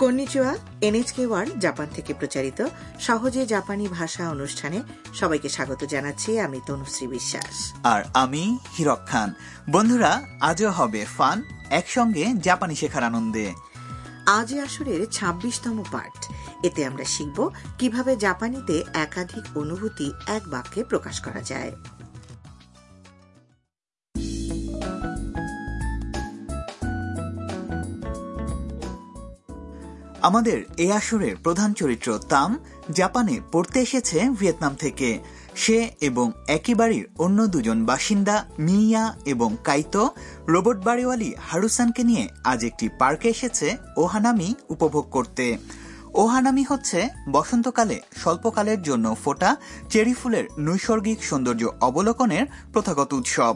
কন্নিচুয়া NHK World Japan থেকে প্রচারিত সহজে জাপানি ভাষা অনুষ্ঠানে সবাইকে স্বাগত জানাচ্ছি আমি তনুশ্রী বিশ্বাস আর আমি হিরক খান বন্ধুরা আজও হবে ফান একসঙ্গে জাপানি শেখার আনন্দে আজ এই আসরের ২৬তম পাঠ এতে আমরা শিখব কিভাবে জাপানিতে একাধিক অনুভূতি এক বাক্যে প্রকাশ করা যায় আমাদের এই আসরের প্রধান চরিত্র তাম জাপানে পড়তে এসেছে ভিয়েতনাম থেকে সে এবং একই বাড়ির অন্য দুজন বাসিন্দা মিয়া এবং কাইতো রোবট বাড়িওয়ালি হারুসানকে নিয়ে আজ একটি পার্কে এসেছে ওহানামি উপভোগ করতে ওহানামি হচ্ছে বসন্তকালে স্বল্পকালের জন্য ফোটা চেরি ফুলের নৈসর্গিক সৌন্দর্য অবলোকনের প্রথাগত উৎসব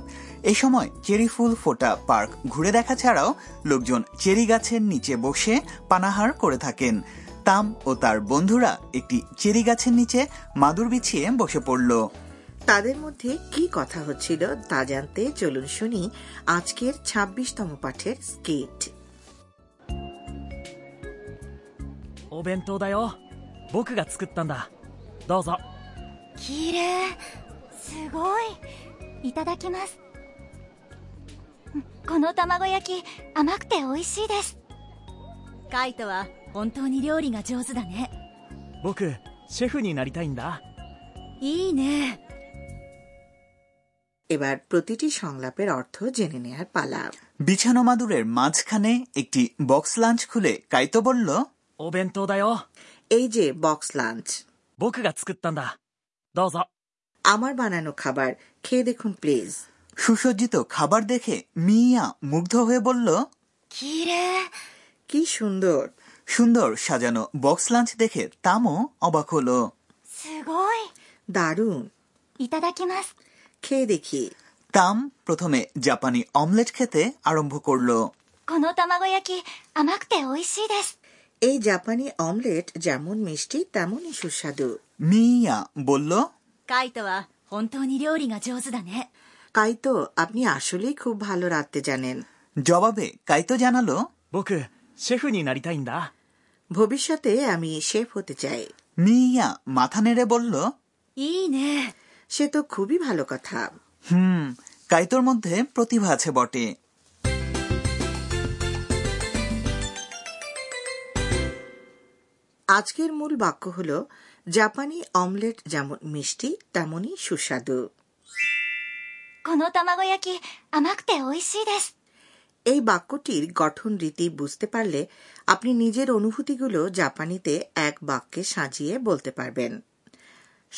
এ সময় চেরি ফুল ফোটা পার্ক ঘুরে দেখা ছাড়াও লোকজন চেরি গাছের নিচে বসে পানাহার করে থাকেন তাম ও তার বন্ধুরা একটি চেরি গাছের নিচে মাদুর বিছিয়ে বসে পড়ল তাদের মধ্যে কি কথা হচ্ছিল তা জানতে চলুন শুনি আজকের ২৬তম পাঠের স্কেট お弁当だよ僕が作ったんだどうぞ綺麗すごいいただきますこの卵焼き甘くて美味しいですカイトは本当に料理が上手だね僕シェフになりたいんだいいね এবার প্রতিটি সংলাপের অর্থ জেনে নেয়ার পালা বিছানো মাদুরের মাঝখানে একটি বক্স লাঞ্চ খুলে কাইতো বলল お弁当だよ এই যে বক্স লাঞ্চ 僕が作ったんだどうぞ আমার বানানো খাবার খেয়ে দেখুন প্লিজ সুসজ্জিত খাবার দেখে মিয়া মুগ্ধ হয়ে বলল 綺麗 কি সুন্দর সুন্দর সাজানো বক্স লাঞ্চ দেখে তামও অবাক হলো すごい দারুণ いただきます খেয়ে দেখি তাম প্রথমে জাপানি অমলেট খেতে আরম্ভ করলো この卵焼き甘くて美味しいです এই জাপানি অমলেট যেমন মিষ্টি তেমনই সুস্বাদু মিয়া বলল カイトは本当に料理が上手だね কাইতো আপনি আসলেই খুব ভালো রাঁধতে জানেন জবাবে কাইতো জানালো 僕シェフになりたいんだ ভবিষ্যতে আমি শেফ হতে চাই মিয়া মাথা নেড়ে বলল いいね সে তো খুবই ভালো কথা হুম কাইতোর মধ্যে প্রতিভা আছে বটে আজকের মূল বাক্য হল জাপানি অমলেট যেমন মিষ্টি তেমনই সুস্বাদু この卵焼き甘くて美味しいです এই বাক্যটির গঠন রীতি বুঝতে পারলে আপনি নিজের অনুভূতিগুলো জাপানিতে এক বাক্যে সাজিয়ে বলতে পারবেন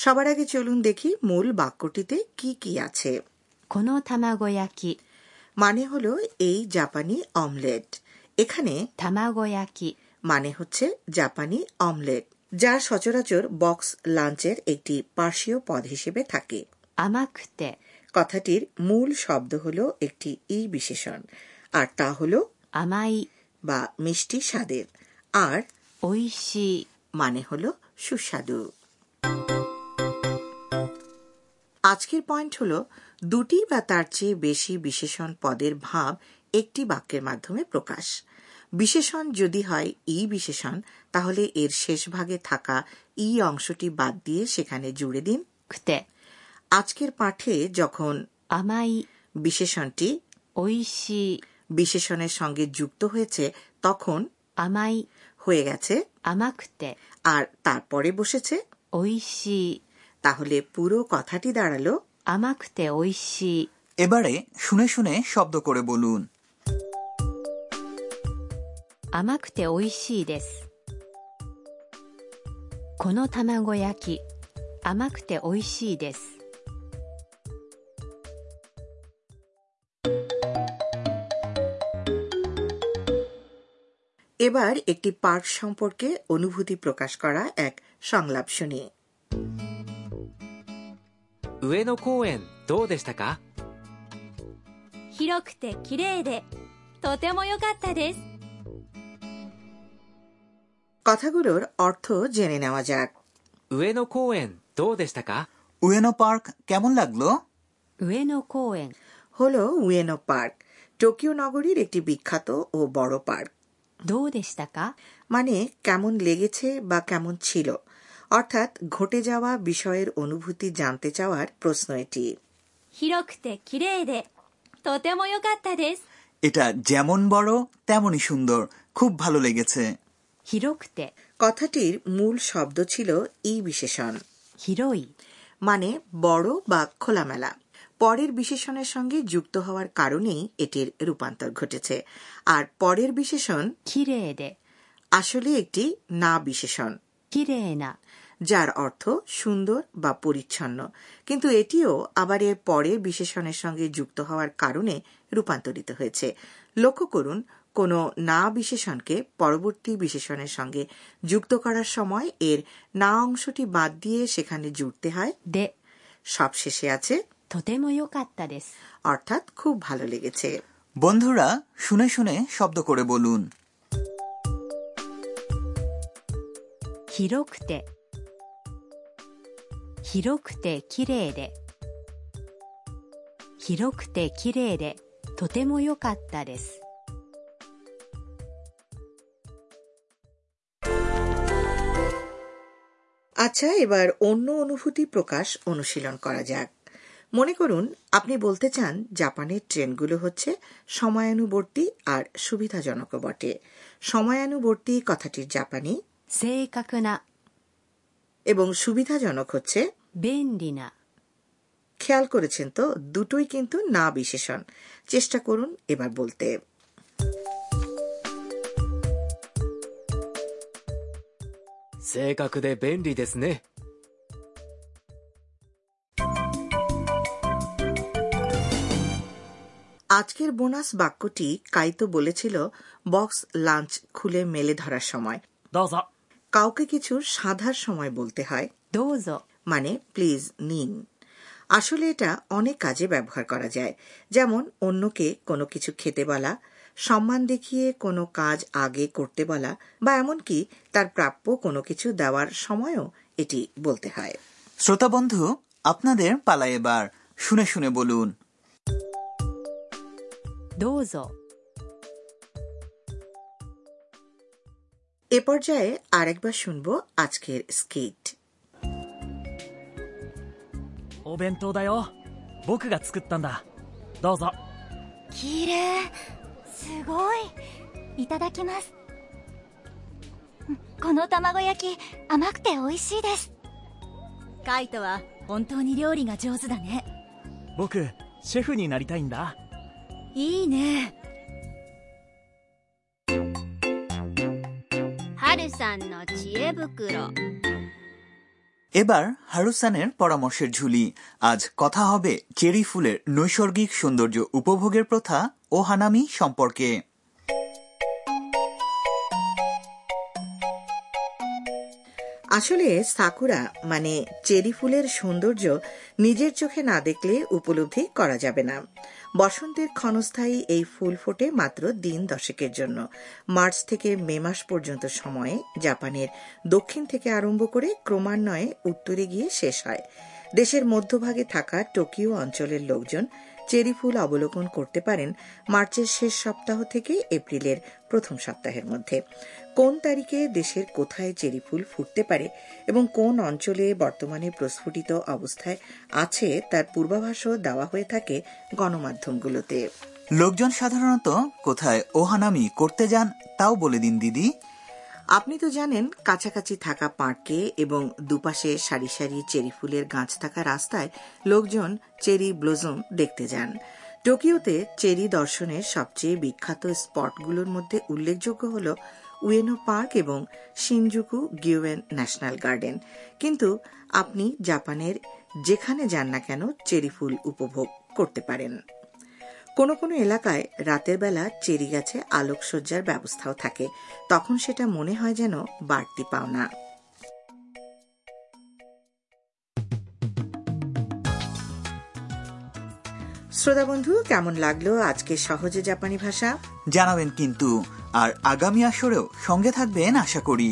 সবার আগে চলুন দেখি মূল বাক্যটিতে কি কি আছে この卵焼き মানে হলো এই জাপানি অমলেট এখানে 卵焼き মানে হচ্ছে জাপানি অমলেট যা সচরাচর বক্স লাঞ্চের একটি পার্শ্বীয় পদ হিসেবে থাকে 甘くて কথাটির মূল শব্দ হলো একটি ই বিশেষণ আর তা হলো 甘い বা মিষ্টি স্বাদের আর 美味しい মানে হলো সুস্বাদু আজকের পয়েন্ট হলো দুটি বা তার চেয়ে বেশি বিশেষণ পদের ভাব একটি বাক্যের মাধ্যমে প্রকাশ বিশেষণ যদি হয় ই বিশেষণ তাহলে এর শেষ ভাগে থাকা ই অংশটি বাদ দিয়ে সেখানে জুড়ে দিন くて আজকের পাঠে যখন 甘い বিশেষণটি 美味しい বিশেষণের সঙ্গে যুক্ত হয়েছে তখন 甘い হয়ে গেছে 甘くて আর তারপরে বসেছে 美味しい তাহলে পুরো কথাটি দাঁড়ালো 甘くて美味しい এবারে শুনে শুনে শব্দ করে বলুন 甘くて美味しいですこの卵焼き甘くて美味しいです এবার একটি পার্ক সম্পর্কে অনুভূতি প্রকাশ করা এক সংলাপ শুনি 上野公園どうでしたか広くて綺麗でとても良かったです কথাগুলোর অর্থ জেনে নেওয়া যাক 上野公園どうでしたか উয়েনো পার্ক কেমন লাগলো 上野公園 হল উয়েনো পার্ক টোকিও নগরীর একটি বিখ্যাত ও বড় পার্ক どうでしたか মানে কেমন লেগেছে বা কেমন ছিল অর্থাৎ ঘটে যাওয়া বিষয়ের অনুভূতি জানতে চাওয়ার প্রশ্ন এটি 広くて綺麗でとても良かったです এটা যেমন বড় তেমনই সুন্দর খুব ভালো লেগেছে 広くて কথাটির মূল শব্দ ছিল ই বিশেষণ 広い মানে বড় বা খোলামেলা পরের বিশেষণের সঙ্গে যুক্ত হওয়ার কারণেই এটির রূপান্তর ঘটেছে আর পরের বিশেষণ 綺麗で আসলে একটি না বিশেষণ 綺麗な যার অর্থ সুন্দর বা পরিচ্ছন্ন কিন্তু এটিও আবার এর পরের বিশেষণের সঙ্গে যুক্ত হওয়ার কারণে রূপান্তরিত হয়েছে লক্ষ্য করুন কোনো না বিশেষণকে পরবর্তী বিশেষণের সঙ্গে যুক্ত করার সময় এর না অংশটি বাদ দিয়ে সেখানে জুড়তে হয় で সবশেষে আছে とても良かったです অর্থাৎ খুব ভালো লেগেছে বন্ধুরা শুনে শুনে শব্দ করে বলুন 広くて広くて綺麗で広くて綺麗でとても良かったです আচ্ছা এবার অন্য অনুভূতি প্রকাশ অনুশীলন করা যাক মনে করুন আপনি বলতে চান জাপানের ট্রেনগুলো হচ্ছে সময়ানুবর্তী আর সুবিধাজনক বটে সময়ানুবর্তী কথাটির জাপানি 正確な এবং সুবিধাজনক হচ্ছে 便利な খেয়াল করেছেন তো দুটোই কিন্তু না বিশেষণ চেষ্টা করুন এবার বলতে 正確で便利ですね。 আজকের বোনাস বাক্যটি কাইতো বলেছিল বক্স লাঞ্চ খুলে মেলে ধরার সময় どうぞ কাউকে কিছু সাধার সময় বলতে হয় どうぞ মানে প্লিজ নিন আসলে এটা অনেক কাজে ব্যবহার করা যায় যেমন অন্যকে কোনো কিছু খেতে বলা সম্মান দেখিয়ে কোনো কাজ আগে করতে বলা বা এমনকি তার প্রাপ্য কোনো কিছু দেওয়ার সময়ও এটি বলতে হয় শ্রোতা বন্ধু আপনাদের পালা এবার শুনে শুনে বলুন どうぞ এ পর্যায়ে আরেকবার শুনব আজকের স্কিট お弁当だよ僕が作ったんだどうぞ綺麗すごいいただきますうんこの卵焼き甘くて美味しいですカイトは本当に料理が上手だね僕シェフになりたいんだいいね春さんの知恵袋 এবার হারুসানের পরামর্শের ঝুলি আজ কথা হবে চেরি ফুলের নৈসর্গিক সৌন্দর্য উপভোগের প্রথা ও হানামি সম্পর্কে আসলে সাকুরা মানে চেরি ফুলের সৌন্দর্য নিজের চোখে না দেখলে উপলব্ধি করা যাবে না বসন্তের ক্ষণস্থায়ী এই ফুল ফোটে মাত্র দিন দশেকের জন্য মার্চ থেকে মে মাস পর্যন্ত সময়ে জাপানের দক্ষিণ থেকে আরম্ভ করে ক্রমান্বয়ে উত্তরে গিয়ে শেষ হয় দেশের মধ্যভাগে থাকা টোকিও অঞ্চলের লোকজন চেরি ফুল অবলোকন করতে পারেন মার্চের শেষ সপ্তাহ থেকে এপ্রিলের প্রথম সপ্তাহের মধ্যে কোন তারিখে দেশের কোথায় চেরি ফুল ফুটতে পারে এবং কোন অঞ্চলে বর্তমানে প্রস্ফুটিত অবস্থায় আছে তার পূর্বাভাসও দেওয়া হয়ে থাকে গণমাধ্যমগুলোতে লোকজন সাধারণত কোথায় ওহানামি করতে যান তাও বলে দিন দিদি আপনি তো জানেন কাছাকাছি থাকা পার্কে এবং দুপাশে সারি সারি চেরি ফুলের গাছ থাকা রাস্তায় লোকজন চেরি ব্লজম দেখতে যান টোকিওতে চেরি দর্শনের সবচেয়ে বিখ্যাত স্পটগুলোর মধ্যে উল্লেখযোগ্য হল উয়েনো পার্ক এবং শিনজুকু গিউয়েন ন্যাশনাল গার্ডেন কিন্তু আপনি জাপানের যেখানে যান না কেন চেরি ফুল উপভোগ করতে পারেন কোনো কোনো এলাকায় রাতের বেলা চেরি গাছে আলোকসজ্জার ব্যবস্থাও থাকে তখন সেটা মনে হয় যেন বাড়তি পাওনা শ্রোতা বন্ধু কেমন লাগলো আজকে সহজে জাপানি ভাষা জানাবেন কিন্তু আর আগামী আসরেও সঙ্গে থাকবেন আশা করি